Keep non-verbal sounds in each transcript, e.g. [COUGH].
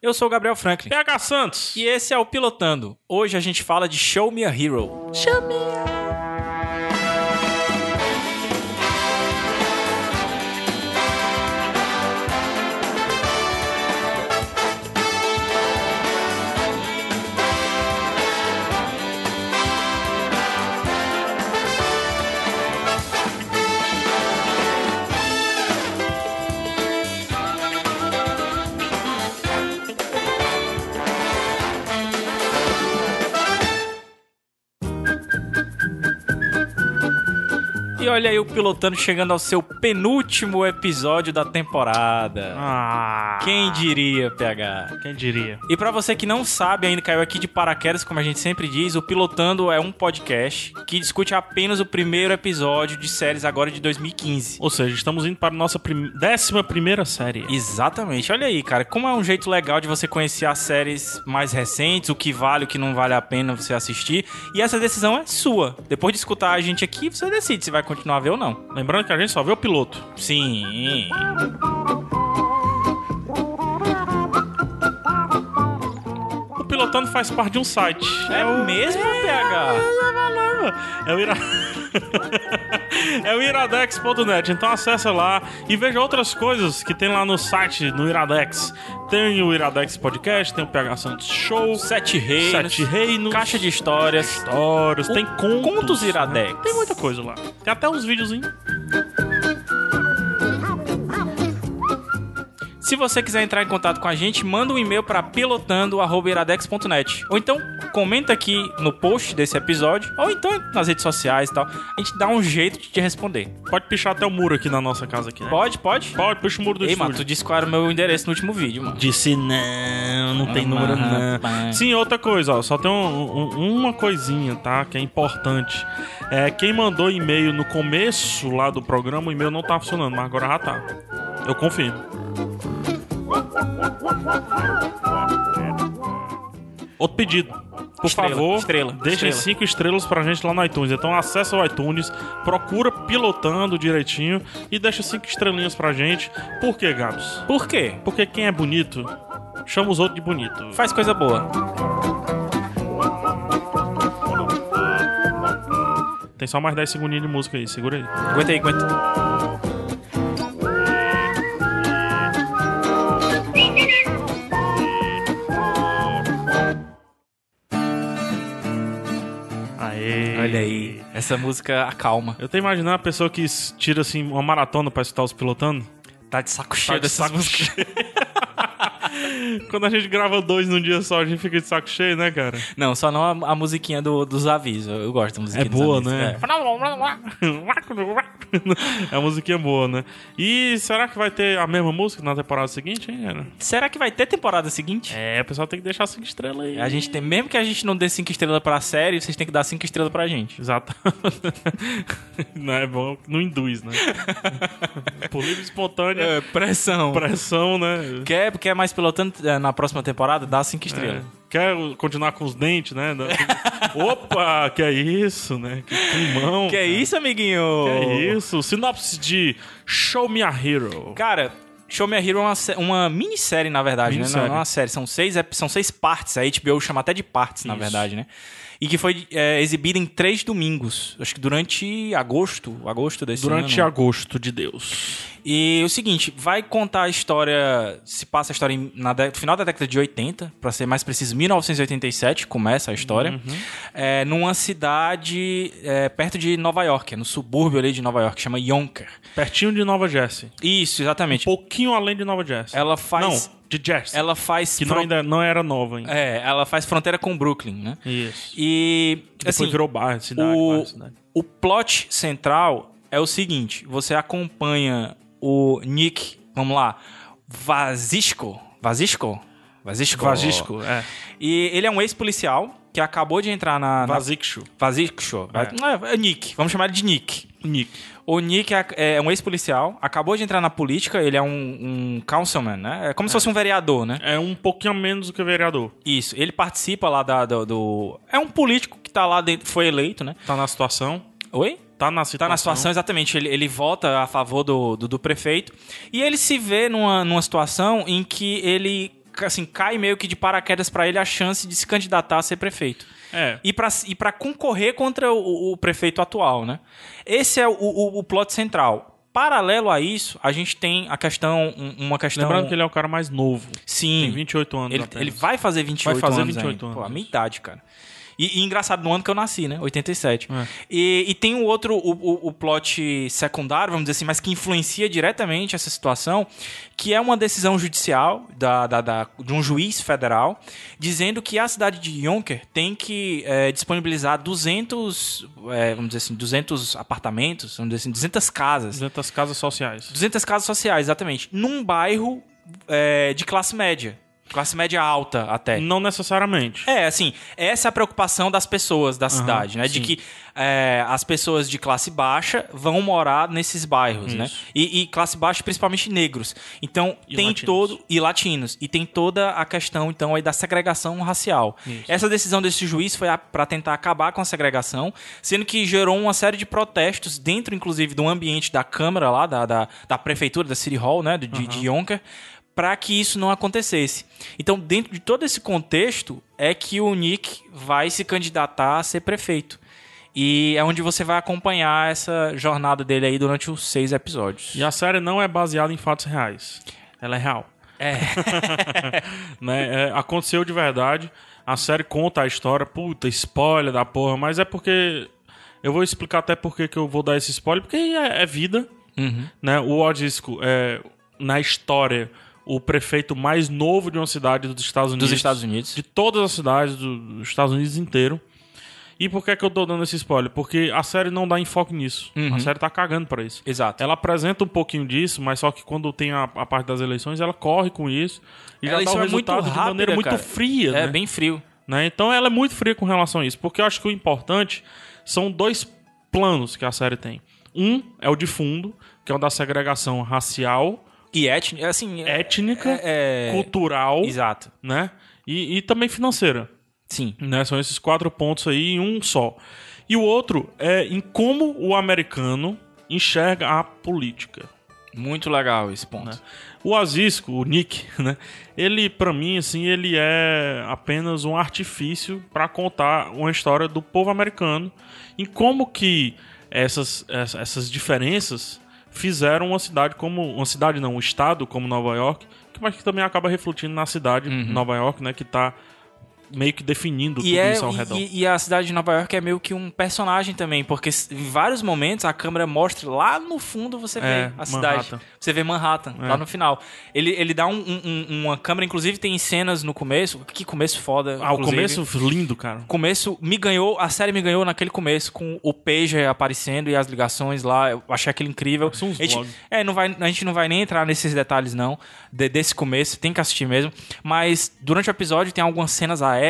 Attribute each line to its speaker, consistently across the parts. Speaker 1: Eu sou o Gabriel Franklin.
Speaker 2: PH Santos.
Speaker 1: E esse é o Pilotando. Hoje a gente fala de Show Me a Hero. E olha aí o Pilotando chegando ao seu penúltimo episódio da temporada.
Speaker 2: Ah.
Speaker 1: Quem diria, PH?
Speaker 2: Quem diria?
Speaker 1: E pra você que não sabe ainda, caiu aqui de paraquedas, como a gente sempre diz, o Pilotando é um podcast que discute apenas o primeiro episódio de séries agora de 2015.
Speaker 2: Ou seja, estamos indo para a nossa prim... décima primeira série.
Speaker 1: Exatamente. Olha aí, cara, como é um jeito legal de você conhecer as séries mais recentes, o que vale, o que não vale a pena você assistir. E essa decisão é sua. Depois de escutar a gente aqui, você decide se vai continuar a ver ou não.
Speaker 2: Lembrando que a gente só vê o piloto.
Speaker 1: Sim.
Speaker 2: O Pilotando faz parte de um site.
Speaker 1: É o mesmo, PH?
Speaker 2: É o Ira... [LAUGHS] É o iradex.net, então acessa lá e veja outras coisas que tem lá no site, no Iradex. Tem o Iradex Podcast, tem o PH Santos Show,
Speaker 1: Sete Reinos.
Speaker 2: Sete Reinos,
Speaker 1: Caixa de Histórias.
Speaker 2: Histórias, tem contos.
Speaker 1: Contos
Speaker 2: né?
Speaker 1: Iradex.
Speaker 2: Tem muita coisa lá. Tem até uns vídeos, hein?
Speaker 1: Se você quiser entrar em contato com a gente, manda um e-mail para pilotando@iradex.net. Ou então comenta aqui no post desse episódio, ou então nas redes sociais e tal. A gente dá um jeito de te responder.
Speaker 2: Pode pichar até o muro aqui na nossa casa aqui, né?
Speaker 1: Pode, pode?
Speaker 2: Pode, puxa o muro do
Speaker 1: Ei,
Speaker 2: estúdio.
Speaker 1: mano, tu disse qual era o meu endereço no último vídeo, mano.
Speaker 2: Disse não, não tem
Speaker 1: Ah,
Speaker 2: número não.
Speaker 1: rapaz.
Speaker 2: Sim, outra coisa, ó, só tem um- um- uma coisinha, tá? Que é importante. É, quem mandou e-mail no começo lá do programa, o e-mail não tá funcionando, mas agora já tá. Eu confio. Outro pedido. Por
Speaker 1: Estrela,
Speaker 2: favor,
Speaker 1: estrela,
Speaker 2: deixem
Speaker 1: estrela.
Speaker 2: cinco estrelas pra gente lá no iTunes. Então acessa o iTunes, procura pilotando direitinho e deixa cinco estrelinhas pra gente. Por quê, Gabs?
Speaker 1: Por quê?
Speaker 2: Porque quem é bonito chama os outros de bonito.
Speaker 1: Faz coisa boa.
Speaker 2: Tem só mais 10 segundinhos de música aí, segura aí.
Speaker 1: Aguenta aí, aguenta.
Speaker 2: Aê.
Speaker 1: Olha aí. Essa música acalma.
Speaker 2: Eu tô imaginando a pessoa que s- tira assim uma maratona pra escutar os pilotando.
Speaker 1: Tá de saco cheio
Speaker 2: de
Speaker 1: dessas
Speaker 2: saco
Speaker 1: músicas.
Speaker 2: [LAUGHS] Quando a gente grava dois num dia só, a gente fica de saco cheio, né, cara?
Speaker 1: Não, só não a, a musiquinha do- dos avisos. Eu gosto da musiquinha
Speaker 2: É
Speaker 1: dos
Speaker 2: boa,
Speaker 1: avisos.
Speaker 2: né?
Speaker 1: É.
Speaker 2: é [LAUGHS] a musiquinha boa, né? E será que vai ter a mesma música na temporada seguinte, hein, cara?
Speaker 1: Será que vai ter temporada seguinte?
Speaker 2: É, o pessoal tem que deixar cinco estrelas aí.
Speaker 1: A gente tem, mesmo que a gente não dê 5 estrelas pra série, vocês têm que dar 5 estrelas pra gente.
Speaker 2: Exato. [LAUGHS] não é bom, não
Speaker 1: [LAUGHS]
Speaker 2: induz, né? Por livre e espontânea
Speaker 1: É, pressão.
Speaker 2: pressão, né?
Speaker 1: Quer, quer é, mais pilotando eh, na próxima temporada? Dá 5 estrelas.
Speaker 2: É. Quer o- continuar com os dentes, né? Da- Opa, que é isso, né? Que climão.
Speaker 1: Que é isso, amiguinho?
Speaker 2: Que é isso? Sinopse de Show Me a Hero.
Speaker 1: Cara, Show Me a Hero é uma, sé- uma minissérie, na verdade, né? Não,
Speaker 2: Minissérie.
Speaker 1: não é uma série, são seis, ep- são seis partes. A HBO chama até de partes, na
Speaker 2: Isso.
Speaker 1: verdade, né? E que foi eh, exibida em três domingos. Acho que durante agosto, agosto desse
Speaker 2: Durante
Speaker 1: ano. né?
Speaker 2: agosto de Deus.
Speaker 1: E o seguinte, vai contar a história. Se passa a história em- na dé- no final da década de 80, pra ser mais preciso, 1987, começa a história.
Speaker 2: Uhum.
Speaker 1: é, numa cidade é, perto de Nova York, é no subúrbio ali de Nova York, chama Yonker.
Speaker 2: Pertinho de Nova Jersey.
Speaker 1: Isso, exatamente.
Speaker 2: Pouquinho além de Nova Jersey.
Speaker 1: Ela faz.
Speaker 2: Não, de Jersey.
Speaker 1: Ela faz.
Speaker 2: Que não,
Speaker 1: fron-
Speaker 2: ainda não era nova ainda.
Speaker 1: É, ela faz fronteira com Brooklyn, né?
Speaker 2: Isso.
Speaker 1: E.
Speaker 2: Depois
Speaker 1: assim,
Speaker 2: virou bairro, cidade,
Speaker 1: o-
Speaker 2: bairro, cidade.
Speaker 1: O plot central é o seguinte: você acompanha o Nick, vamos lá, Vazisco. Vazisco? Vazisco.
Speaker 2: Vasisco, é.
Speaker 1: E ele é um ex-policial que acabou de entrar Tá na. na-
Speaker 2: Vasikshu.
Speaker 1: Vazisco. É. é Nick, vamos chamar ele de Nick.
Speaker 2: Nick.
Speaker 1: O Nick é, é um ex-policial, acabou de entrar na política, ele é um, um councilman, né? É como se fosse um vereador, né?
Speaker 2: É um pouquinho a menos do que vereador.
Speaker 1: Isso, ele participa lá da, do, do- É um político que tá lá dentro, foi eleito, né?
Speaker 2: Tá na situação.
Speaker 1: Oi?
Speaker 2: Tá na situação.
Speaker 1: Tá na situação, exatamente. Ele, ele vota a favor do, do, do prefeito. E ele se vê numa, numa situação em que ele assim, cai meio que de paraquedas pra ele a chance de se candidatar a ser prefeito.
Speaker 2: É.
Speaker 1: E pra, e pra concorrer contra o, o prefeito atual, né? Esse é o, o, o plot central. Paralelo a isso, a gente tem a questão, um- uma questão...
Speaker 2: Lembrando que ele é o cara mais novo.
Speaker 1: Sim.
Speaker 2: Tem 28 anos
Speaker 1: Ele,
Speaker 2: apenas.
Speaker 1: ele vai fazer 28
Speaker 2: Vai fazer
Speaker 1: anos
Speaker 2: 28
Speaker 1: ainda. Pô,
Speaker 2: anos.
Speaker 1: a minha idade, cara. E, e engraçado, no ano que eu nasci, né? 87.
Speaker 2: É.
Speaker 1: E, e tem um outro, o, o, o plot secundário, vamos dizer assim, mas que influencia diretamente essa situação, que é uma decisão judicial da, da- da- de um juiz federal, dizendo que a cidade de Yonker tem que eh, disponibilizar 200, eh, vamos dizer assim, 200 apartamentos, vamos dizer assim, 200 casas
Speaker 2: 200 casas sociais.
Speaker 1: 200 casas sociais, exatamente. Num bairro é, de classe média. Classe média alta, até.
Speaker 2: Não necessariamente.
Speaker 1: É, assim, essa é a preocupação das pessoas da cidade, né? De
Speaker 2: sim.
Speaker 1: que é, as pessoas de classe baixa vão morar nesses bairros, né? E, e classe baixa, principalmente negros. Então,
Speaker 2: E
Speaker 1: tem
Speaker 2: latinos.
Speaker 1: todo. E latinos. E tem toda a questão, então, aí da segregação racial. Essa decisão desse juiz foi para tentar acabar com a segregação, sendo que gerou uma série de protestos dentro, inclusive, do ambiente da Câmara lá, da, da, da prefeitura, da City Hall, né? De, de- de
Speaker 2: Uhum.
Speaker 1: Yonker, para que isso não acontecesse. Então, dentro de todo esse contexto, é que o Nick vai se candidatar a ser prefeito. E é onde você vai acompanhar essa jornada dele aí durante os seis episódios.
Speaker 2: E a série não é baseada em fatos reais. Ela é real. [LAUGHS]
Speaker 1: É.
Speaker 2: né? É, aconteceu de verdade. A série conta a história. Puta, spoiler da porra. Mas é porque. Eu vou explicar até porque que eu vou dar esse spoiler. Porque é, é vida.
Speaker 1: Uhum.
Speaker 2: Né? O Odisco é, na história, o prefeito mais novo de uma cidade dos Estados Unidos.
Speaker 1: Dos Estados Unidos.
Speaker 2: De todas as cidades do- dos Estados Unidos inteiro. E por que, que eu tô dando esse spoiler? Porque a série não dá enfoque nisso.
Speaker 1: Uhum.
Speaker 2: A série tá cagando pra isso.
Speaker 1: Exato.
Speaker 2: Ela apresenta um pouquinho disso, mas só que quando tem a, a parte das eleições, ela corre com isso. E
Speaker 1: Ela-
Speaker 2: já dá
Speaker 1: isso
Speaker 2: o
Speaker 1: é muito
Speaker 2: resultado de maneira
Speaker 1: rápida,
Speaker 2: muito
Speaker 1: cara.
Speaker 2: fria,
Speaker 1: É
Speaker 2: né?
Speaker 1: bem frio.
Speaker 2: Né? Então ela é muito fria com relação a isso. Porque eu acho que o importante são dois planos que a série tem. Um é o de fundo, que é o da segregação racial,
Speaker 1: E étnico, assim. É,
Speaker 2: étnica,
Speaker 1: é-
Speaker 2: cultural,
Speaker 1: Exato.
Speaker 2: né? E- e também financeira
Speaker 1: Sim.
Speaker 2: né? São esses quatro pontos aí em um só. E o outro é em como o americano enxerga a política.
Speaker 1: Muito legal esse ponto.
Speaker 2: O Azisco, o Nick, [LAUGHS] né? Ele, pra mim, assim, ele é apenas um artifício pra contar uma história do povo americano e como que essas, ess- essas diferenças fizeram uma cidade como uma cidade não, um estado como Nova York, que mas que também acaba refletindo na cidade Nova York, né? Que tá meio que definindo
Speaker 1: Uhum. E,
Speaker 2: tudo
Speaker 1: é,
Speaker 2: isso ao redor.
Speaker 1: e, e a cidade de Nova York é meio que um personagem também, porque s- em vários momentos a câmera mostra lá no fundo você vê
Speaker 2: É,
Speaker 1: a cidade.
Speaker 2: Manhattan. É.
Speaker 1: Você vê Manhattan, lá no final. Ele, ele dá um, um- um- uma câmera, inclusive tem cenas no começo. Que começo foda.
Speaker 2: Ah, o
Speaker 1: inclusive.
Speaker 2: começo lindo, cara.
Speaker 1: começo me ganhou, a série me ganhou naquele começo, com o Peja aparecendo e as ligações lá, eu achei aquilo incrível.
Speaker 2: São uns
Speaker 1: a gente,
Speaker 2: vlogs.
Speaker 1: é, não vai, a gente não vai nem entrar nesses detalhes, não, de- desse começo, tem que assistir mesmo. Mas durante o episódio tem algumas cenas aéreas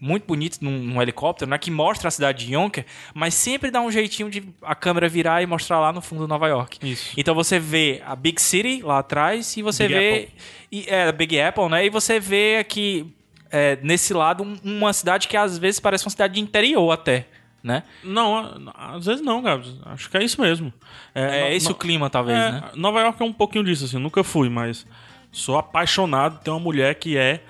Speaker 1: muito bonitas num, num helicóptero, né? Que mostra a cidade de Yonker, mas sempre dá um jeitinho de a câmera virar e mostrar lá no fundo de Nova York.
Speaker 2: Isso.
Speaker 1: Então você vê a Big City lá atrás e você
Speaker 2: Big
Speaker 1: vê.
Speaker 2: Apple.
Speaker 1: E, é, a Big Apple, né? E você vê aqui, é, nesse lado, um- uma cidade que às vezes parece uma cidade de interior até, né?
Speaker 2: Não, a- às vezes não, Gabs. Acho que é isso mesmo.
Speaker 1: É,
Speaker 2: no-
Speaker 1: esse
Speaker 2: no-
Speaker 1: o clima, talvez,
Speaker 2: é,
Speaker 1: né?
Speaker 2: Nova York é um pouquinho disso, assim. eu Nunca fui, mas sou apaixonado. Tem uma mulher que é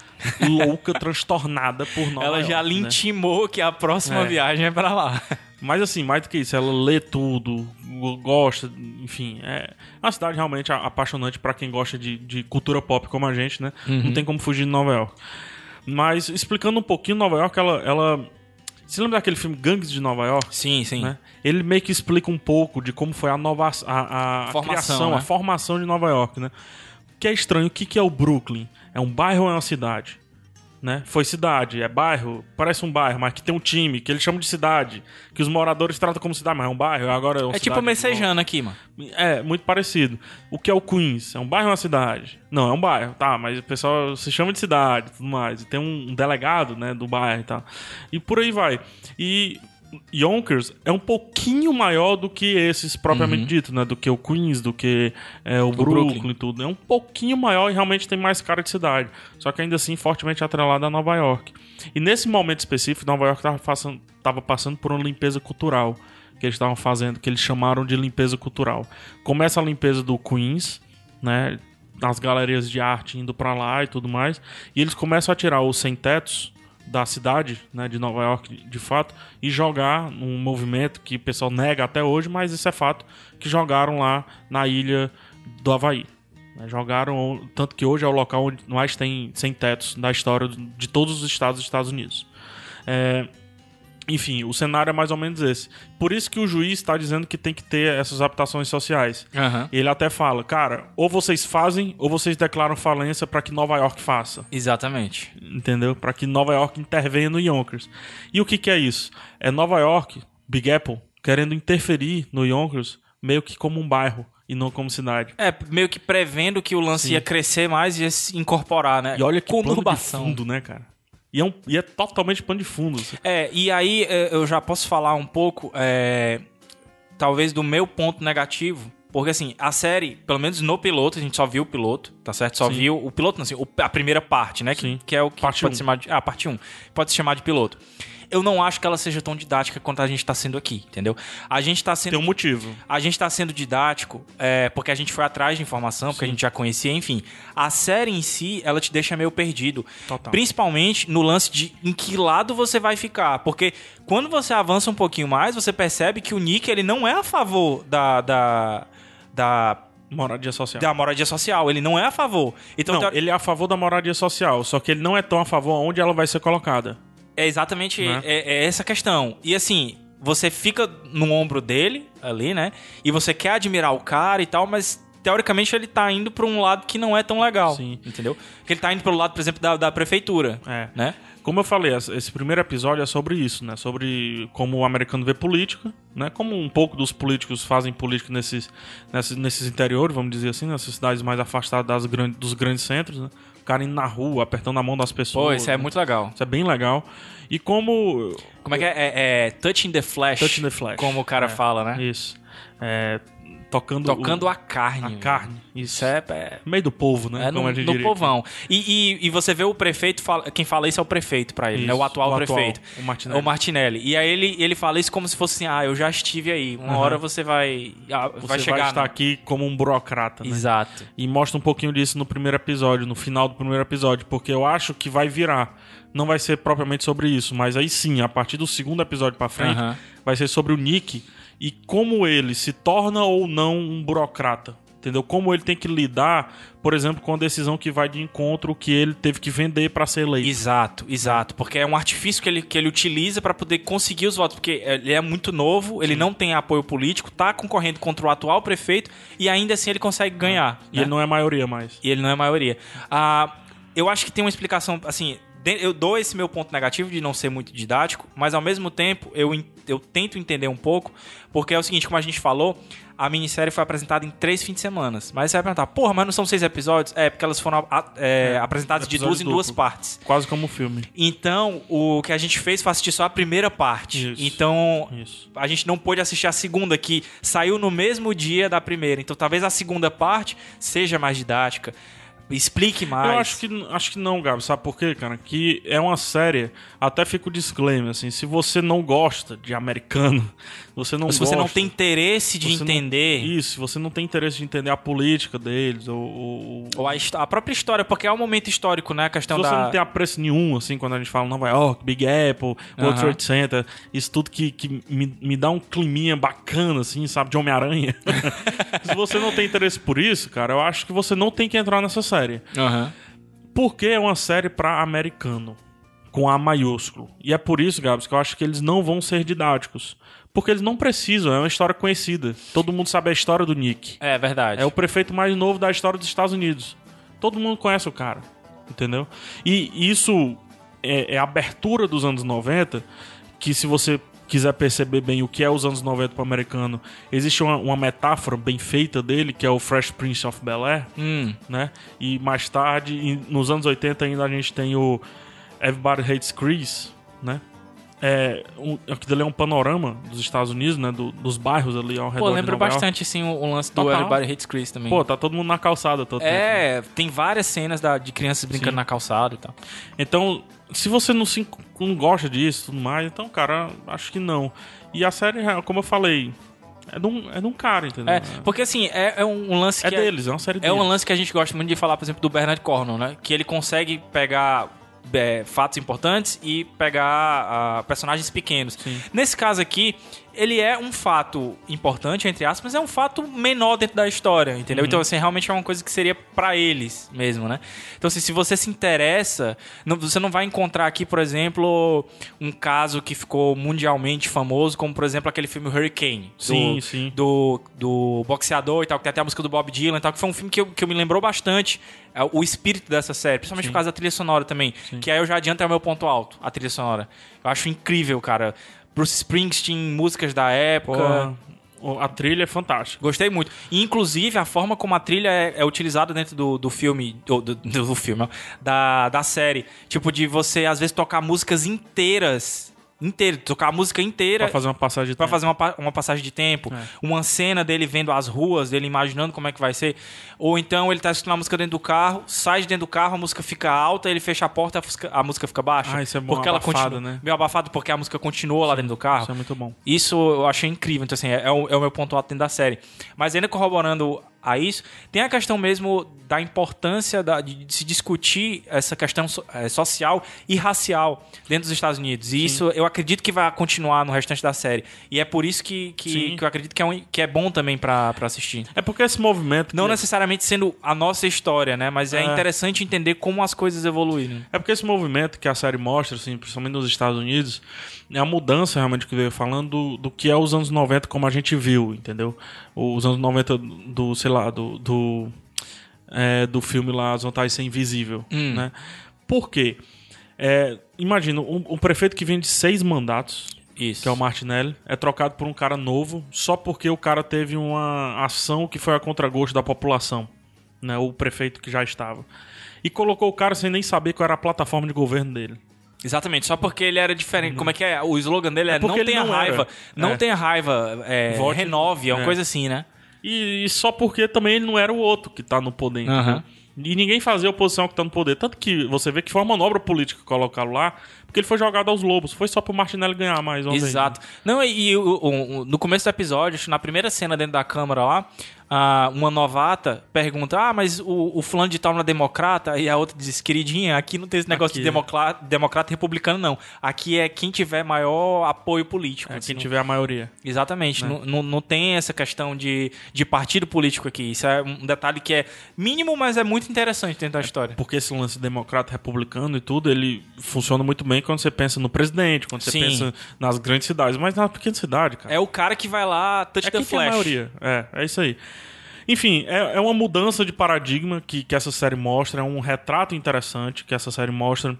Speaker 2: louca, [LAUGHS] transtornada por Nova
Speaker 1: Ela já
Speaker 2: York,
Speaker 1: lhe
Speaker 2: né?
Speaker 1: intimou que a próxima
Speaker 2: É.
Speaker 1: viagem é pra lá.
Speaker 2: Mas assim, mais do que isso, ela lê tudo, go- gosta, enfim. É uma cidade realmente a- apaixonante pra quem gosta de, de cultura pop como a gente, né?
Speaker 1: Uhum.
Speaker 2: Não tem como fugir de Nova York. Mas explicando um pouquinho, Nova York, ela. ela... Você lembra daquele filme Gangues de Nova York?
Speaker 1: Sim, sim.
Speaker 2: né? Ele meio que explica um pouco de como foi a nova a, a
Speaker 1: Formação,
Speaker 2: criação,
Speaker 1: né?
Speaker 2: a formação de Nova York, né? O que é estranho, o que que é o Brooklyn? É um bairro ou é uma cidade? Né? Foi cidade, é bairro, parece um bairro, mas que tem um time, que eles chamam de cidade, que os moradores tratam como cidade, mas é um bairro, agora é uma
Speaker 1: É tipo
Speaker 2: cidade.
Speaker 1: Messejana aqui, mano.
Speaker 2: É, muito parecido. O que é o Queens? É um bairro ou uma cidade? Não, é um bairro, tá, mas o pessoal se chama de cidade e tudo mais. E tem um delegado, né, do bairro e tal. E por aí vai. E Yonkers é um pouquinho maior do que esses propriamente dito, né? Do que o Queens, do que é, o, Brooklyn. e tudo. É um pouquinho maior e realmente tem mais cara de cidade. Só que ainda assim fortemente atrelado a Nova York. E nesse momento específico, Nova York tava passando, tava passando por uma limpeza cultural que eles estavam fazendo, que eles chamaram de limpeza cultural. Começa a limpeza do Queens, né? as galerias de arte indo pra lá e tudo mais. E eles começam a tirar os sem-tetos da cidade, né, de Nova York, de fato, e jogar num movimento que o pessoal nega até hoje, mas isso é fato, que jogaram lá na ilha do Havaí. Né, jogaram, tanto que hoje é o local onde mais tem sem-tetos da história de todos os estados dos Estados Unidos. É, enfim, o cenário é mais ou menos esse. Por isso que o juiz está dizendo que tem que ter essas adaptações sociais.
Speaker 1: Aham.
Speaker 2: Ele até fala, cara, ou vocês fazem ou vocês declaram falência para que Nova York faça,
Speaker 1: Exatamente.
Speaker 2: entendeu? Para que Nova York intervenha no Yonkers. E o que, que é isso? É Nova York, Big Apple, querendo interferir no Yonkers meio que como um bairro e não como cidade.
Speaker 1: É, meio que prevendo que o lance ia crescer mais e ia se incorporar, né?
Speaker 2: E olha que
Speaker 1: Conurbação.
Speaker 2: plano de fundo, né, cara? E é, um- e é totalmente plano de fundo. assim.
Speaker 1: É, e aí é, eu já posso falar um pouco, é, talvez do meu ponto negativo, porque assim, a série, pelo menos no piloto, a gente só viu o piloto, tá certo? Só
Speaker 2: Sim.
Speaker 1: viu o piloto, não, assim, o- a primeira parte, né? Que,
Speaker 2: Sim.
Speaker 1: que é o que
Speaker 2: Parte
Speaker 1: pode
Speaker 2: um.
Speaker 1: se chamar de. Ah, parte 1. Pode se chamar de piloto. Eu não acho que ela seja tão didática quanto a gente tá sendo aqui, entendeu? A gente tá sendo
Speaker 2: Tem um motivo.
Speaker 1: a gente tá sendo didático é, porque a gente foi atrás de informação, porque a gente já conhecia, enfim. A série em si, ela te deixa meio perdido.
Speaker 2: Total.
Speaker 1: Principalmente no lance de em que lado você vai ficar. Porque quando você avança um pouquinho mais, você percebe que o Nick, ele não é a favor da. da, da
Speaker 2: Moradia social.
Speaker 1: da moradia social, ele Então. não é a favor. Então,
Speaker 2: Não,
Speaker 1: teo-
Speaker 2: ele é a favor da moradia social, só que ele não é tão a favor onde ela vai ser colocada.
Speaker 1: É exatamente
Speaker 2: Né?
Speaker 1: é, é essa questão. E assim, você fica no ombro dele, ali, né? E você quer admirar o cara e tal, mas teoricamente ele tá indo pra um lado que não é tão legal.
Speaker 2: Sim.
Speaker 1: Entendeu? Porque ele tá indo pelo lado, por exemplo, da, da prefeitura.
Speaker 2: É.
Speaker 1: Né?
Speaker 2: Como eu falei, essa- esse primeiro episódio é sobre isso, né? Sobre como o americano vê política, né? Como um pouco dos políticos fazem política nesses, nesses, nesses interiores, vamos dizer assim, nessas cidades mais afastadas das grandes, dos grandes centros, né? O cara indo na rua, apertando a mão das pessoas.
Speaker 1: Pô, isso é
Speaker 2: né?
Speaker 1: muito legal.
Speaker 2: Isso é bem legal. E como
Speaker 1: Como é que é? É, é touching the flesh.
Speaker 2: Touching the flesh.
Speaker 1: Como o cara
Speaker 2: É.
Speaker 1: fala, né?
Speaker 2: Isso. É, tocando
Speaker 1: Tocando
Speaker 2: o-
Speaker 1: a carne.
Speaker 2: a carne.
Speaker 1: Isso
Speaker 2: Isso.
Speaker 1: é, é,
Speaker 2: meio do povo, né?
Speaker 1: É, no,
Speaker 2: Como a gente
Speaker 1: no
Speaker 2: diria.
Speaker 1: povão. E, e, e você vê o prefeito, fala- quem fala isso é o prefeito pra ele, né?
Speaker 2: Isso,
Speaker 1: O atual
Speaker 2: o atual,
Speaker 1: prefeito. É
Speaker 2: o Martinelli.
Speaker 1: O Martinelli. E aí ele, ele fala isso como se fosse assim, ah, eu já estive aí. Uma hora você vai, ah,
Speaker 2: Você
Speaker 1: vai chegar.
Speaker 2: estar
Speaker 1: né?
Speaker 2: aqui como um burocrata, né?
Speaker 1: Exato.
Speaker 2: E mostra um pouquinho disso no primeiro episódio, no final do primeiro episódio, porque eu acho que vai virar. Não vai ser propriamente sobre isso, mas aí sim, a partir do segundo episódio pra frente,
Speaker 1: Aham.
Speaker 2: vai ser sobre o Nick e como ele se torna ou não um burocrata. Entendeu? Como ele tem que lidar, por exemplo, com a decisão que vai de encontro que ele teve que vender pra ser eleito.
Speaker 1: Exato, exato. Porque é um artifício que ele, que ele utiliza pra poder conseguir os votos. Porque ele é muito novo, ele não tem apoio político, tá concorrendo contra o atual prefeito e ainda assim ele consegue ganhar.
Speaker 2: E
Speaker 1: né?
Speaker 2: ele não é maioria mais.
Speaker 1: E ele não é a maioria. Ah, eu acho que tem uma explicação, assim, de- eu dou esse meu ponto negativo de não ser muito didático, mas ao mesmo tempo eu, en- eu tento entender um pouco, porque é o seguinte, como a gente falou, a minissérie foi apresentada em três fins de semana. Mas você vai perguntar, porra, mas não são seis episódios? É, porque elas foram a- é, apresentadas de
Speaker 2: episódio
Speaker 1: duas em duas
Speaker 2: duplo.
Speaker 1: partes.
Speaker 2: Quase como um filme.
Speaker 1: Então, o que a gente fez foi assistir só a primeira parte.
Speaker 2: Isso.
Speaker 1: Então,
Speaker 2: Isso.
Speaker 1: a gente não pôde assistir a segunda, que saiu no mesmo dia da primeira. Então talvez a segunda parte seja mais didática, explique mais.
Speaker 2: Eu acho que, acho que não, Gabi. Sabe por quê, cara? Que é uma série. Até fica o disclaimer, assim. Se você não gosta de americano, [LAUGHS] você não
Speaker 1: Ou se você não
Speaker 2: gosta-
Speaker 1: tem interesse de
Speaker 2: você não-
Speaker 1: entender.
Speaker 2: Isso, se você não tem interesse de entender a política deles, ou. ou-
Speaker 1: Ou a, histó- a própria história, porque é um momento histórico, né? A questão
Speaker 2: se você
Speaker 1: da.
Speaker 2: não tem apreço nenhum, assim, quando a gente fala Nova York, Big Apple, World
Speaker 1: Aham.
Speaker 2: Trade Center, isso tudo que, que me, me dá um climinha bacana, assim, sabe, de Homem-Aranha. [LAUGHS] se você não tem interesse por isso, cara, eu acho que você não tem que entrar nessa série.
Speaker 1: Aham.
Speaker 2: Porque é uma série pra americano, com A maiúsculo. E é por isso, Gabs, que eu acho que eles não vão ser didáticos. Porque eles não precisam, é uma história conhecida. Todo mundo sabe a história do Nick.
Speaker 1: É verdade.
Speaker 2: É o prefeito mais novo da história dos Estados Unidos. Todo mundo conhece o cara, entendeu? E isso é, é a abertura dos anos 90, que se você quiser perceber bem o que é os anos 90 para o americano, existe uma, uma metáfora bem feita dele, que é o Fresh Prince of Bel-Air,
Speaker 1: Hum,
Speaker 2: né? E mais tarde, em- nos anos 80, ainda a gente tem o Everybody Hates Chris, né? É, um, aquilo ali é um panorama dos Estados Unidos, né? Do- dos bairros ali ao redor
Speaker 1: Pô,
Speaker 2: de
Speaker 1: lembro
Speaker 2: Nova York.
Speaker 1: bastante, sim, o, o lance do
Speaker 2: Total.
Speaker 1: Everybody Hates Chris também.
Speaker 2: Pô, tá todo mundo na calçada todo tempo.
Speaker 1: é, tem várias cenas da- de crianças brincando na calçada e tal.
Speaker 2: Então, se você não, se, não gosta disso e tudo mais, então, cara, acho que não. E a série, como eu falei, É de um, é de um cara, entendeu?
Speaker 1: É, porque assim, é, é um lance
Speaker 2: É
Speaker 1: que.
Speaker 2: deles, é uma série
Speaker 1: É
Speaker 2: deles.
Speaker 1: um lance que a gente gosta muito de falar, por exemplo, do Bernard Cornwell, né? Que ele consegue pegar é, fatos importantes e pegar ah, personagens pequenos. Nesse caso aqui, ele é um fato importante, entre aspas, mas é um fato menor dentro da história,
Speaker 2: Uhum.
Speaker 1: entendeu? Então, assim, realmente é uma coisa que seria pra eles mesmo, né? Então, assim, se você se interessa, não- você não vai encontrar aqui, por exemplo, um caso que ficou mundialmente famoso, como, por exemplo, aquele filme Hurricane. do-
Speaker 2: Sim, sim.
Speaker 1: do, do boxeador e tal, que tem até a música do Bob Dylan e tal, que foi um filme que, eu, que eu me lembrou bastante é, o espírito dessa série, principalmente por causa da trilha sonora também, que aí eu já adianto é o meu ponto alto, a trilha sonora. Eu acho incrível, cara. Bruce Springsteen, músicas da época.
Speaker 2: Porra, o- a trilha é fantástica.
Speaker 1: Gostei muito. E, inclusive, a forma como a trilha é, é utilizada dentro do, do filme, do, do, do filme, ó, da, da série. Tipo, de você, às vezes, tocar músicas inteiras, inteiro, tocar a música inteira
Speaker 2: Pra fazer uma passagem de
Speaker 1: Pra
Speaker 2: tempo.
Speaker 1: fazer uma, pa- uma passagem de
Speaker 2: É.
Speaker 1: tempo, uma cena dele vendo as ruas, dele imaginando como é que vai ser, ou então ele tá escutando a música dentro do carro, sai de dentro do carro, a música fica alta, ele fecha a porta, a, fusca- a música fica baixa.
Speaker 2: Ah, isso é bom, abafado, né?
Speaker 1: Meio abafado porque a música continua lá dentro do carro.
Speaker 2: Isso é muito bom.
Speaker 1: Isso eu achei incrível, então assim, é, é o, é o meu ponto alto dentro da série. Mas ainda corroborando a isso, tem a questão mesmo da importância da- de se discutir essa questão so- eh, social e racial dentro dos Estados Unidos. E isso eu acredito que vai continuar no restante da série. E é por isso que, que,
Speaker 2: Sim.
Speaker 1: que eu acredito que é, um- que é bom também pra pra assistir.
Speaker 2: É porque esse movimento.
Speaker 1: Não
Speaker 2: que-
Speaker 1: necessariamente sendo a nossa história, né? Mas é,
Speaker 2: É.
Speaker 1: interessante entender como as coisas evoluíram.
Speaker 2: É porque esse movimento que a série mostra, assim, principalmente nos Estados Unidos, é a mudança realmente que veio falando do, do que é os anos 90 como a gente viu, entendeu? Os anos 90 do, sei lá, do. do, é, do filme lá, As Vantagens de Ser Invisível. Né? Por quê? É, imagina, um, um prefeito que vem de seis mandatos,
Speaker 1: Isso.
Speaker 2: que é o Martinelli, é trocado por um cara novo só porque o cara teve uma ação que foi a contragosto da população, né? O prefeito que já estava. E colocou o cara sem nem saber qual era a plataforma de governo dele.
Speaker 1: Exatamente, só porque ele era diferente. Como é que é? O slogan dele é, não
Speaker 2: porque ele
Speaker 1: tenha
Speaker 2: não era.
Speaker 1: raiva. Não
Speaker 2: É.
Speaker 1: tenha raiva, é,
Speaker 2: Vote-
Speaker 1: renove, é uma
Speaker 2: é.
Speaker 1: coisa assim, né?
Speaker 2: E, e só porque também ele não era o outro que tá no poder.
Speaker 1: Aham.
Speaker 2: entendeu? E ninguém fazia oposição ao que tá no poder. Tanto que você vê que foi uma manobra política colocá-lo lá, porque ele foi jogado aos lobos. Foi só pro Martinelli ganhar mais uma vez, né?
Speaker 1: Exato. Não, e, e o- o- o- no começo do episódio, acho que na primeira cena dentro da câmara lá, ah, uma novata pergunta: Ah, mas o, o fulano de tal não é democrata? E a outra diz: Queridinha, aqui não tem esse negócio de
Speaker 2: Aqui.
Speaker 1: democla- democrata e republicano, não. Aqui é quem tiver maior apoio político.
Speaker 2: É,
Speaker 1: assim,
Speaker 2: quem
Speaker 1: não-
Speaker 2: tiver a maioria.
Speaker 1: Exatamente.
Speaker 2: Né?
Speaker 1: Não, não, não tem essa questão de, de partido político aqui. Isso é um detalhe que é mínimo, mas é muito interessante dentro da história.
Speaker 2: Porque esse lance democrata, republicano e tudo, ele funciona muito bem quando você pensa no presidente, quando você
Speaker 1: Sim.
Speaker 2: pensa nas grandes cidades, mas na pequena cidade, cara.
Speaker 1: É o cara que vai lá, touch
Speaker 2: É
Speaker 1: the
Speaker 2: quem tem
Speaker 1: flash.
Speaker 2: a maioria. É, é isso aí. Enfim, é, é uma mudança de paradigma que, que essa série mostra, é um retrato interessante que essa série mostra.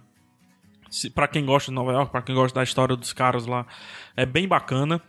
Speaker 2: Se- Pra quem gosta de Nova York, pra quem gosta da história dos caras lá, é bem bacana.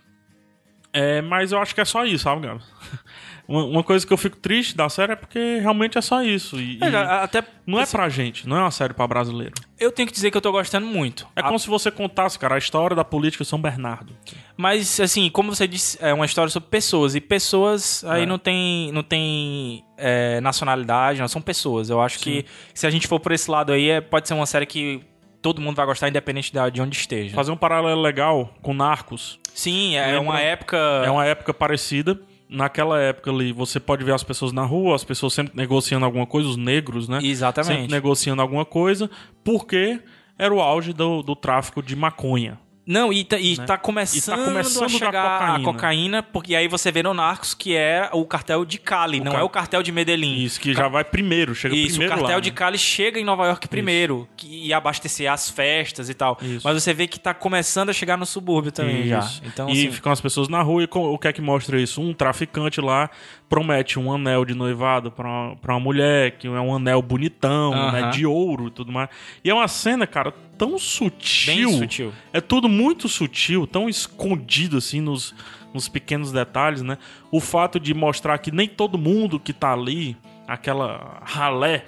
Speaker 2: É, mas eu acho que é só isso, sabe, Gabs? [LAUGHS] Uma, uma coisa que eu fico triste da série é porque realmente é só isso. E,
Speaker 1: É,
Speaker 2: e
Speaker 1: a- até
Speaker 2: não é pra gente, não é uma série pra brasileiro.
Speaker 1: eu tenho que dizer que eu tô gostando muito.
Speaker 2: É
Speaker 1: A-
Speaker 2: como se você contasse, cara, a história da política de São Bernardo.
Speaker 1: Mas assim, como você disse, é uma história sobre pessoas e pessoas aí
Speaker 2: É.
Speaker 1: não tem não tem é, nacionalidade, não, são pessoas. Eu acho que se a gente for por esse lado aí, é- pode ser uma série que todo mundo vai gostar independente da- de onde esteja.
Speaker 2: Fazer um paralelo legal com Narcos,
Speaker 1: Sim, é
Speaker 2: Lembra-
Speaker 1: uma época
Speaker 2: É uma época parecida. Naquela época ali, você pode ver as pessoas na rua, as pessoas sempre negociando alguma coisa, os negros, né?
Speaker 1: Exatamente.
Speaker 2: Sempre negociando alguma coisa, porque era o auge do, do tráfico de maconha.
Speaker 1: Não, e tá, e tá
Speaker 2: Né? E
Speaker 1: começando,
Speaker 2: tá começando
Speaker 1: a
Speaker 2: da
Speaker 1: chegar
Speaker 2: cocaína.
Speaker 1: a cocaína, porque aí você vê no Narcos que é o cartel de Cali, não
Speaker 2: ca-
Speaker 1: é o cartel de Medellín.
Speaker 2: Isso que já vai primeiro, chega
Speaker 1: Isso,
Speaker 2: primeiro
Speaker 1: o cartel
Speaker 2: lá,
Speaker 1: de
Speaker 2: né?
Speaker 1: Cali chega em Nova York primeiro que- e abastecer as festas e tal.
Speaker 2: Isso.
Speaker 1: Mas você vê que tá começando a chegar no subúrbio também já.
Speaker 2: Isso.
Speaker 1: Então,
Speaker 2: e
Speaker 1: assim,
Speaker 2: ficam as pessoas na rua e co- o que é que mostra isso? Um traficante lá promete um anel de noivado pra uma, pra uma mulher, que é um anel bonitão,
Speaker 1: Aham.
Speaker 2: né, de ouro e tudo mais. E é uma cena, cara, tão
Speaker 1: bem
Speaker 2: sutil.
Speaker 1: sutil.
Speaker 2: É tudo muito sutil, tão escondido assim nos, nos pequenos detalhes, né? O fato de mostrar que nem todo mundo que tá ali, aquela ralé,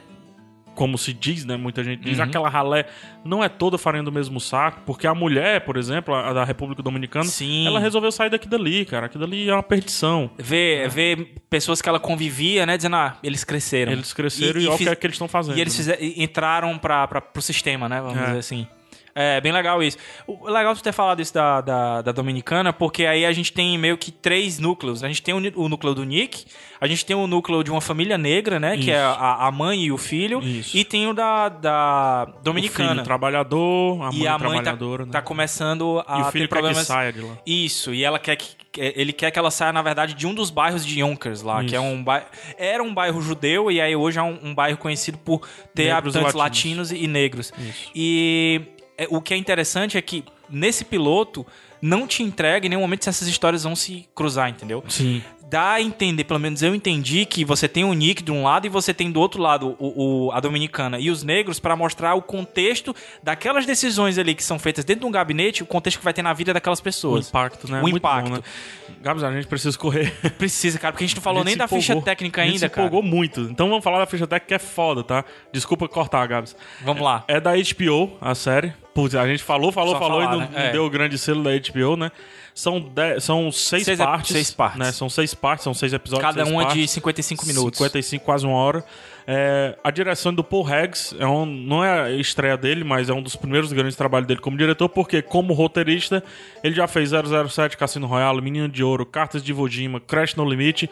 Speaker 2: como se diz, né? Muita gente
Speaker 1: Uhum.
Speaker 2: diz, aquela ralé não é toda farinha do mesmo saco, porque a mulher, por exemplo, a a da República Dominicana,
Speaker 1: Sim.
Speaker 2: ela resolveu né? sair daqui dali, cara. Aquilo dali é uma perdição.
Speaker 1: Ver, ver pessoas que ela convivia, né, dizendo, ah, eles cresceram.
Speaker 2: Eles cresceram e, olha o
Speaker 1: fiz-
Speaker 2: que é que eles estão fazendo.
Speaker 1: e eles
Speaker 2: né?
Speaker 1: fizeram- e entraram pra, pra, pro sistema, né, vamos
Speaker 2: É.
Speaker 1: dizer assim. É, bem legal isso. O legal tu ter falado isso da, da, da Dominicana, porque aí a gente tem meio que três núcleos. A gente tem o, ni- o núcleo do Nick, a gente tem o núcleo de uma família negra, né? Que é
Speaker 2: Isso.
Speaker 1: a, a mãe e o filho.
Speaker 2: Isso.
Speaker 1: E tem o da, da
Speaker 2: O filho
Speaker 1: Dominicana.
Speaker 2: trabalhador, a mãe
Speaker 1: e a mãe tá,
Speaker 2: trabalhadora, né?
Speaker 1: tá começando a
Speaker 2: E o filho
Speaker 1: ter
Speaker 2: quer que
Speaker 1: problemas.
Speaker 2: saia de lá.
Speaker 1: Isso, e ela quer que que- ele quer que ela saia, na verdade, de um dos bairros de Yonkers lá, que é um bairro, era um bairro judeu e aí hoje é um, um bairro conhecido por ter
Speaker 2: Negros e
Speaker 1: habitantes
Speaker 2: latinos.
Speaker 1: latinos. e negros.
Speaker 2: Isso.
Speaker 1: E é, o que é interessante é que nesse piloto não te entrega em nenhum momento se essas histórias vão se cruzar, entendeu?
Speaker 2: Sim.
Speaker 1: Dá a entender, pelo menos eu entendi, que você tem o Nick de um lado e você tem do outro lado o, o- a dominicana e os negros pra mostrar o contexto daquelas decisões ali que são feitas dentro de um gabinete, o contexto que vai ter na vida daquelas
Speaker 2: O
Speaker 1: pessoas.
Speaker 2: impacto, né?
Speaker 1: O assim.
Speaker 2: Muito
Speaker 1: Um impacto.
Speaker 2: Bom, né? Gabs, a gente precisa correr.
Speaker 1: Precisa, cara, porque a gente não [LAUGHS]
Speaker 2: A
Speaker 1: falou
Speaker 2: gente
Speaker 1: nem
Speaker 2: se
Speaker 1: da ficha
Speaker 2: empolgou.
Speaker 1: técnica
Speaker 2: a gente
Speaker 1: ainda,
Speaker 2: se
Speaker 1: cara.
Speaker 2: empolgou muito. Então vamos falar da ficha técnica que é foda, tá? Desculpa cortar, Gabs.
Speaker 1: Vamos lá.
Speaker 2: É da HBO, a série. Putz, a gente falou, falou,
Speaker 1: Só
Speaker 2: falou
Speaker 1: falar,
Speaker 2: e não,
Speaker 1: né?
Speaker 2: não
Speaker 1: É.
Speaker 2: deu o grande selo da HBO, né? São, dez- são seis,
Speaker 1: Seis ep-
Speaker 2: partes.
Speaker 1: seis partes.
Speaker 2: Né? São seis partes, são seis episódios.
Speaker 1: Cada
Speaker 2: seis
Speaker 1: uma
Speaker 2: partes.
Speaker 1: de 55 minutos.
Speaker 2: 55, quase uma hora. É, a direção do Paul Heggs é um, não é a estreia dele, mas é um dos primeiros grandes trabalhos dele como diretor, porque como roteirista, ele já fez 007, Cassino Royale, Menino de Ouro, Cartas de Iwo Jima, Crash no Limite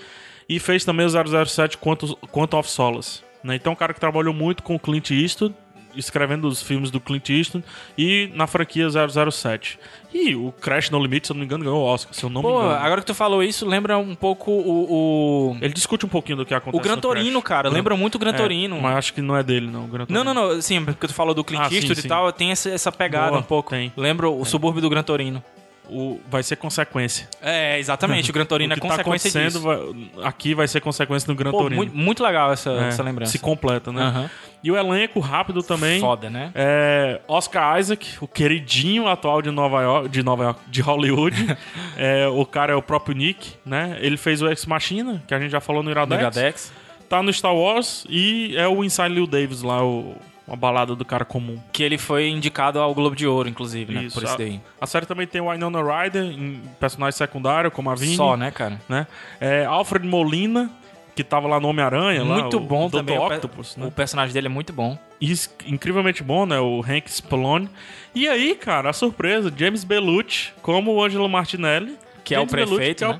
Speaker 2: e fez também o 007 Quanto, Quanto of Solace. né? Então é um cara que trabalhou muito com o Clint Eastwood, escrevendo os filmes do Clint Eastwood e na franquia 007. E o Crash no Limite, se eu não me engano, ganhou o Oscar, se eu não me
Speaker 1: Pô,
Speaker 2: engano.
Speaker 1: agora que tu falou isso, lembra um pouco o. o...
Speaker 2: Ele discute um pouquinho do que acontece
Speaker 1: O Gran
Speaker 2: no Crash.
Speaker 1: Torino, cara, lembra muito o Gran
Speaker 2: É,
Speaker 1: Torino.
Speaker 2: mas acho que não é dele, não. o Gran
Speaker 1: Não,
Speaker 2: Torino.
Speaker 1: não, não, sim, porque tu falou do Clint
Speaker 2: Ah, sim,
Speaker 1: Eastwood
Speaker 2: sim.
Speaker 1: e tal, tem essa, essa pegada
Speaker 2: Boa,
Speaker 1: um pouco.
Speaker 2: tem.
Speaker 1: Lembra o subúrbio do Gran Torino.
Speaker 2: O, vai ser consequência.
Speaker 1: É, exatamente, [LAUGHS] o Gran Torino
Speaker 2: o que
Speaker 1: é
Speaker 2: tá
Speaker 1: consequência
Speaker 2: acontecendo
Speaker 1: disso.
Speaker 2: vai- aqui vai ser consequência no Gran
Speaker 1: Pô,
Speaker 2: Torino.
Speaker 1: muito, muito legal essa,
Speaker 2: É,
Speaker 1: essa lembrança.
Speaker 2: Se completa, né?
Speaker 1: Aham.
Speaker 2: E o elenco rápido também.
Speaker 1: Foda, né?
Speaker 2: É, Oscar Isaac, o queridinho atual de Nova York, de, Nova York,
Speaker 1: [LAUGHS]
Speaker 2: de Hollywood. É, o cara é o próprio Nick, né? Ele fez o Ex Machina, que a gente já falou no Iradex.
Speaker 1: Megadex.
Speaker 2: Tá no Star Wars e é o Inside Lil Davis lá, o, uma balada do cara comum.
Speaker 1: Que ele foi indicado ao Globo de Ouro, inclusive, né?
Speaker 2: Isso,
Speaker 1: Por isso
Speaker 2: a-
Speaker 1: daí.
Speaker 2: A série também tem o Winona Ryder, em personagem secundário, como a Vini.
Speaker 1: Só, né, cara?
Speaker 2: né? É, Alfred Molina, que tava lá no Homem-Aranha. lá,
Speaker 1: muito
Speaker 2: o
Speaker 1: bom
Speaker 2: Dr.
Speaker 1: também. É o pe-
Speaker 2: Octopus, né?
Speaker 1: O personagem dele é muito bom.
Speaker 2: E es- incrivelmente bom, né? O Hank Spallone. E aí, cara, a surpresa, James Bellucci como o Angelo Martinelli.
Speaker 1: Que é o
Speaker 2: James Bellucci,
Speaker 1: prefeito,
Speaker 2: que é
Speaker 1: né?
Speaker 2: o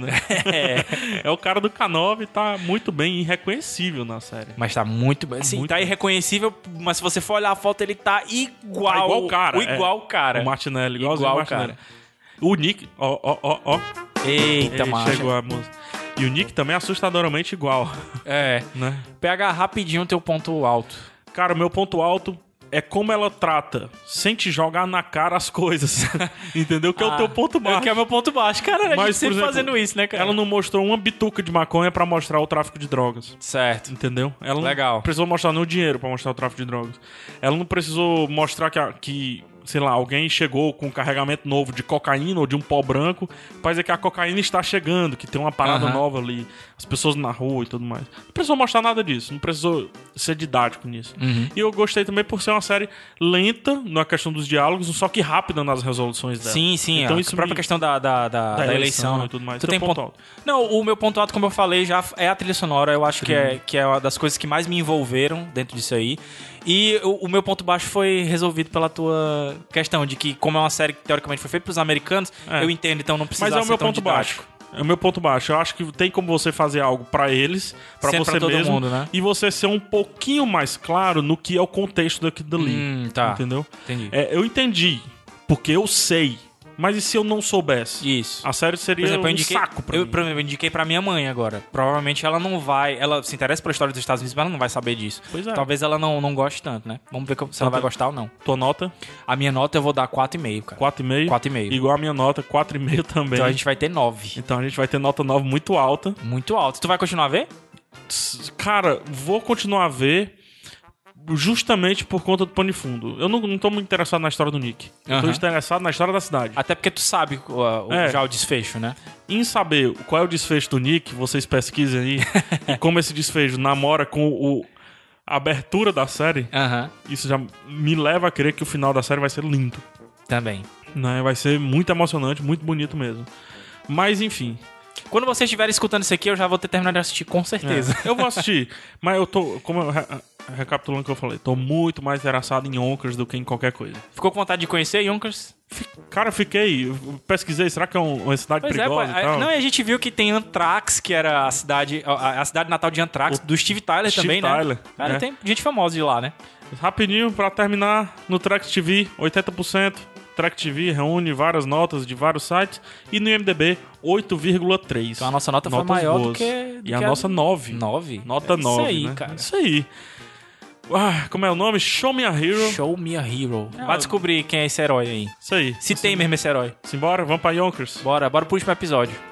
Speaker 1: [LAUGHS]
Speaker 2: né? é. o cara do K9, tá muito bem, irreconhecível na série.
Speaker 1: Mas tá muito bem. Sim,
Speaker 2: muito
Speaker 1: tá
Speaker 2: bem.
Speaker 1: irreconhecível, mas se você for olhar a foto, ele tá igual.
Speaker 2: Tá igual o cara, é.
Speaker 1: Igual o cara.
Speaker 2: O Martinelli, igualzinho
Speaker 1: Igual,
Speaker 2: o Martinelli. O Nick, ó, ó, ó, ó.
Speaker 1: Eita,
Speaker 2: Ei,
Speaker 1: macho.
Speaker 2: Chegou a música. E o Nick também é assustadoramente igual, [LAUGHS]
Speaker 1: É.
Speaker 2: né?
Speaker 1: Pega rapidinho o teu ponto alto.
Speaker 2: Cara, o meu ponto alto é como ela trata, sem te jogar na cara as coisas. [LAUGHS] Entendeu? Que é o teu ponto baixo.
Speaker 1: Que é meu ponto baixo. Cara, a
Speaker 2: Mas, por
Speaker 1: gente sempre
Speaker 2: exemplo,
Speaker 1: fazendo isso, né, cara?
Speaker 2: Ela não mostrou uma bituca de maconha pra mostrar o tráfico de drogas.
Speaker 1: Certo.
Speaker 2: Entendeu? Ela não
Speaker 1: Legal.
Speaker 2: precisou mostrar nenhum dinheiro pra mostrar o tráfico de drogas. Ela não precisou mostrar que, a- que, sei lá, alguém chegou com um carregamento novo de cocaína ou de um pó branco pra dizer que a cocaína está chegando, que tem uma parada
Speaker 1: Aham.
Speaker 2: nova ali, as pessoas na rua e tudo mais. Não precisou mostrar nada disso, não precisou ser didático nisso.
Speaker 1: Uhum.
Speaker 2: E eu gostei também por ser uma série lenta na questão dos diálogos, só que rápida nas resoluções dela.
Speaker 1: Sim, sim.
Speaker 2: Então
Speaker 1: a
Speaker 2: isso
Speaker 1: própria
Speaker 2: me-
Speaker 1: questão da, da, da, da
Speaker 2: eleição
Speaker 1: eleição
Speaker 2: e tudo mais.
Speaker 1: Tu
Speaker 2: Teu
Speaker 1: tem
Speaker 2: ponto
Speaker 1: ponto...
Speaker 2: alto.
Speaker 1: Não, o meu ponto alto, como eu falei, já f- é a trilha sonora. Eu acho que é, que é uma das coisas que mais me envolveram dentro disso aí. E o, o meu ponto baixo foi resolvido pela tua questão de que, como é uma série que teoricamente foi feita pros americanos,
Speaker 2: É.
Speaker 1: eu entendo, então não precisa
Speaker 2: Mas é o
Speaker 1: ser
Speaker 2: meu
Speaker 1: tão
Speaker 2: ponto
Speaker 1: didático.
Speaker 2: baixo. É o meu ponto baixo. Eu acho que tem como você fazer algo pra eles, pra
Speaker 1: Sempre
Speaker 2: você
Speaker 1: pra todo
Speaker 2: mesmo,
Speaker 1: mundo, né?
Speaker 2: e você ser um pouquinho mais claro no que é o contexto daquilo dali.
Speaker 1: Hum, tá.
Speaker 2: Entendeu?
Speaker 1: Entendi.
Speaker 2: É, eu entendi, porque eu sei. Mas e se eu não soubesse?
Speaker 1: É, Isso.
Speaker 2: A série seria
Speaker 1: Por exemplo, eu
Speaker 2: um
Speaker 1: indiquei,
Speaker 2: saco pra
Speaker 1: eu,
Speaker 2: mim.
Speaker 1: por exemplo, eu indiquei pra minha mãe agora. Provavelmente ela não vai. Ela se interessa pela história dos Estados Unidos, mas ela não vai saber disso.
Speaker 2: Pois é.
Speaker 1: Talvez ela não, não goste tanto, né? Vamos ver co- se ela vai gostar ou não.
Speaker 2: Tua nota,
Speaker 1: A minha nota eu vou dar 4,5, cara.
Speaker 2: 4,5.
Speaker 1: 4,5.
Speaker 2: Igual a minha nota, 4,5 também.
Speaker 1: Então a gente vai ter 9.
Speaker 2: Então a gente vai ter nota 9 muito alta.
Speaker 1: Muito alto. Tu vai continuar a ver?
Speaker 2: Cara, vou continuar a ver justamente por conta do pano de fundo. Eu não, não tô muito interessado na história do Nick. Eu tô
Speaker 1: Aham.
Speaker 2: interessado na história da cidade.
Speaker 1: Até porque tu sabe ó, o-
Speaker 2: É.
Speaker 1: já o desfecho, né?
Speaker 2: Em saber qual é o desfecho do Nick, vocês pesquisem aí. e como esse desfecho namora com o, a abertura da série,
Speaker 1: Aham.
Speaker 2: isso já me leva a crer que o final da série vai ser lindo.
Speaker 1: Também.
Speaker 2: Né? Vai ser muito emocionante, muito bonito mesmo. Mas enfim,
Speaker 1: Quando vocês estiverem escutando isso aqui, eu já vou ter terminado de assistir, com certeza.
Speaker 2: é. Eu vou assistir, mas eu tô. Como eu, re- recapitulando o que eu falei, tô muito mais interessado em Onkers do que em qualquer coisa.
Speaker 1: Ficou com vontade de conhecer Yonkers?
Speaker 2: Cara, eu fiquei. eu Pesquisei, será que é um- uma cidade
Speaker 1: Pois é, pô.
Speaker 2: perigosa e tal?
Speaker 1: Não, e a gente viu que tem Anthrax, que era a cidade, a, a cidade natal de Anthrax, do Steve Tyler
Speaker 2: Steve
Speaker 1: também,
Speaker 2: Tyler,
Speaker 1: né? Cara,
Speaker 2: né?
Speaker 1: tem gente famosa de lá, né?
Speaker 2: Rapidinho, pra terminar, no Track TV, 80%. Track TV reúne várias notas de vários sites e no IMDB 8,3.
Speaker 1: Então a nossa nota foi
Speaker 2: Notas
Speaker 1: maior
Speaker 2: boas.
Speaker 1: do que. do
Speaker 2: E a
Speaker 1: que
Speaker 2: nossa 9.
Speaker 1: nove
Speaker 2: Nota
Speaker 1: É
Speaker 2: 9.
Speaker 1: Isso aí,
Speaker 2: né?
Speaker 1: cara.
Speaker 2: Isso aí. Ah, como é o nome? Show Me a Hero.
Speaker 1: Show me a hero. Vai descobrir quem é esse herói aí.
Speaker 2: Isso aí.
Speaker 1: Se tem mesmo esse herói.
Speaker 2: Simbora, vamos pra Yonkers.
Speaker 1: Bora, bora pro último episódio.